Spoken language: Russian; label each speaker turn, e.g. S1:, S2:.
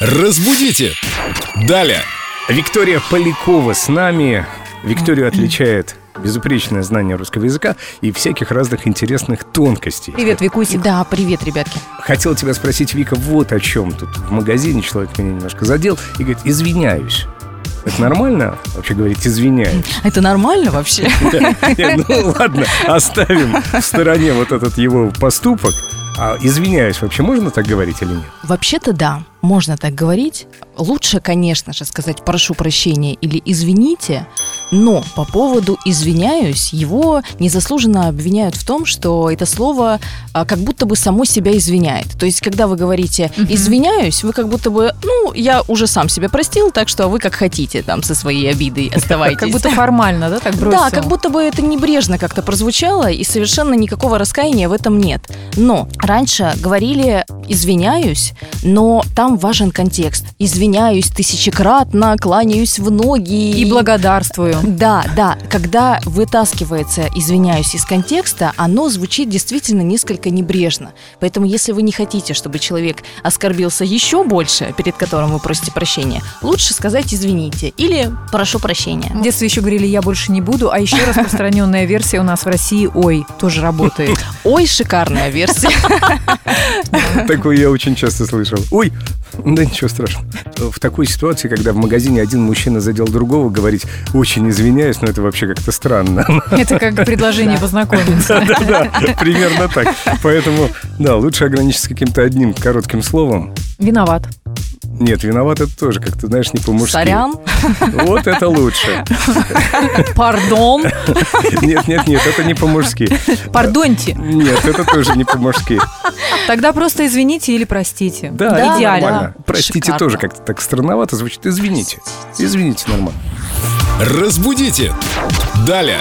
S1: Разбудите! Далее!
S2: Виктория Полякова с нами. Викторию отличает безупречное знание русского языка и всяких разных интересных тонкостей.
S3: Привет, Викусик.
S4: Да, привет, ребятки.
S2: Хотел тебя спросить, Вика, вот о чем тут. В магазине человек меня немножко задел и говорит, извиняюсь. Это нормально вообще говорить «извиняюсь»?
S4: Это нормально вообще?
S2: Не, Ну ладно, оставим в стороне вот этот его поступок. А извиняюсь, вообще можно так говорить или нет?
S4: Вообще-то да, можно так говорить. Лучше, конечно же, сказать «прошу прощения» или «извините», но по поводу «извиняюсь» его незаслуженно обвиняют в том, что это слово а, как будто бы само себя извиняет. То есть, когда вы говорите «извиняюсь», вы как будто бы «ну, я уже сам себя простил, так что вы как хотите там со своей обидой оставайтесь».
S3: Как будто формально, да, так бросил?
S4: Да, как будто бы это небрежно как-то прозвучало, и совершенно никакого раскаяния в этом нет. Но раньше говорили «извиняюсь», но там важен контекст. «Извиняюсь тысячекратно, кланяюсь в ноги».
S3: И благодарствую.
S4: Да, да. Когда вытаскивается «извиняюсь» из контекста, оно звучит действительно несколько небрежно. Поэтому, если вы не хотите, чтобы человек оскорбился еще больше, перед которым вы просите прощения, лучше сказать «извините» или «прошу прощения».
S3: В детстве еще говорили «я больше не буду», а еще распространенная версия у нас в России «Ой» тоже работает.
S4: Ой, шикарная версия.
S2: Такое я очень часто слышал. Ой, да ничего страшного. В такой ситуации, когда в магазине один мужчина задел другого, говорить «очень извиняюсь», но это вообще как-то странно.
S3: Это как предложение
S4: Да.
S3: познакомиться.
S2: Да-да, примерно так. Поэтому, да, лучше ограничиться каким-то одним коротким словом.
S3: Виноват.
S2: Нет, виноват это тоже как-то, знаешь, не по-мужски.
S4: Сорян.
S2: Вот это лучше.
S3: Пардон.
S2: Нет, нет, нет, это не по-мужски.
S3: Пардоньте.
S2: Нет, это тоже не по-мужски.
S3: Тогда просто извините или простите.
S2: Да,
S4: Да,
S2: это
S3: идеально.
S2: нормально. Простите
S4: Шикарно.
S2: тоже как-то так странновато звучит. Извините. Извините, нормально.
S1: Разбудите! Далее!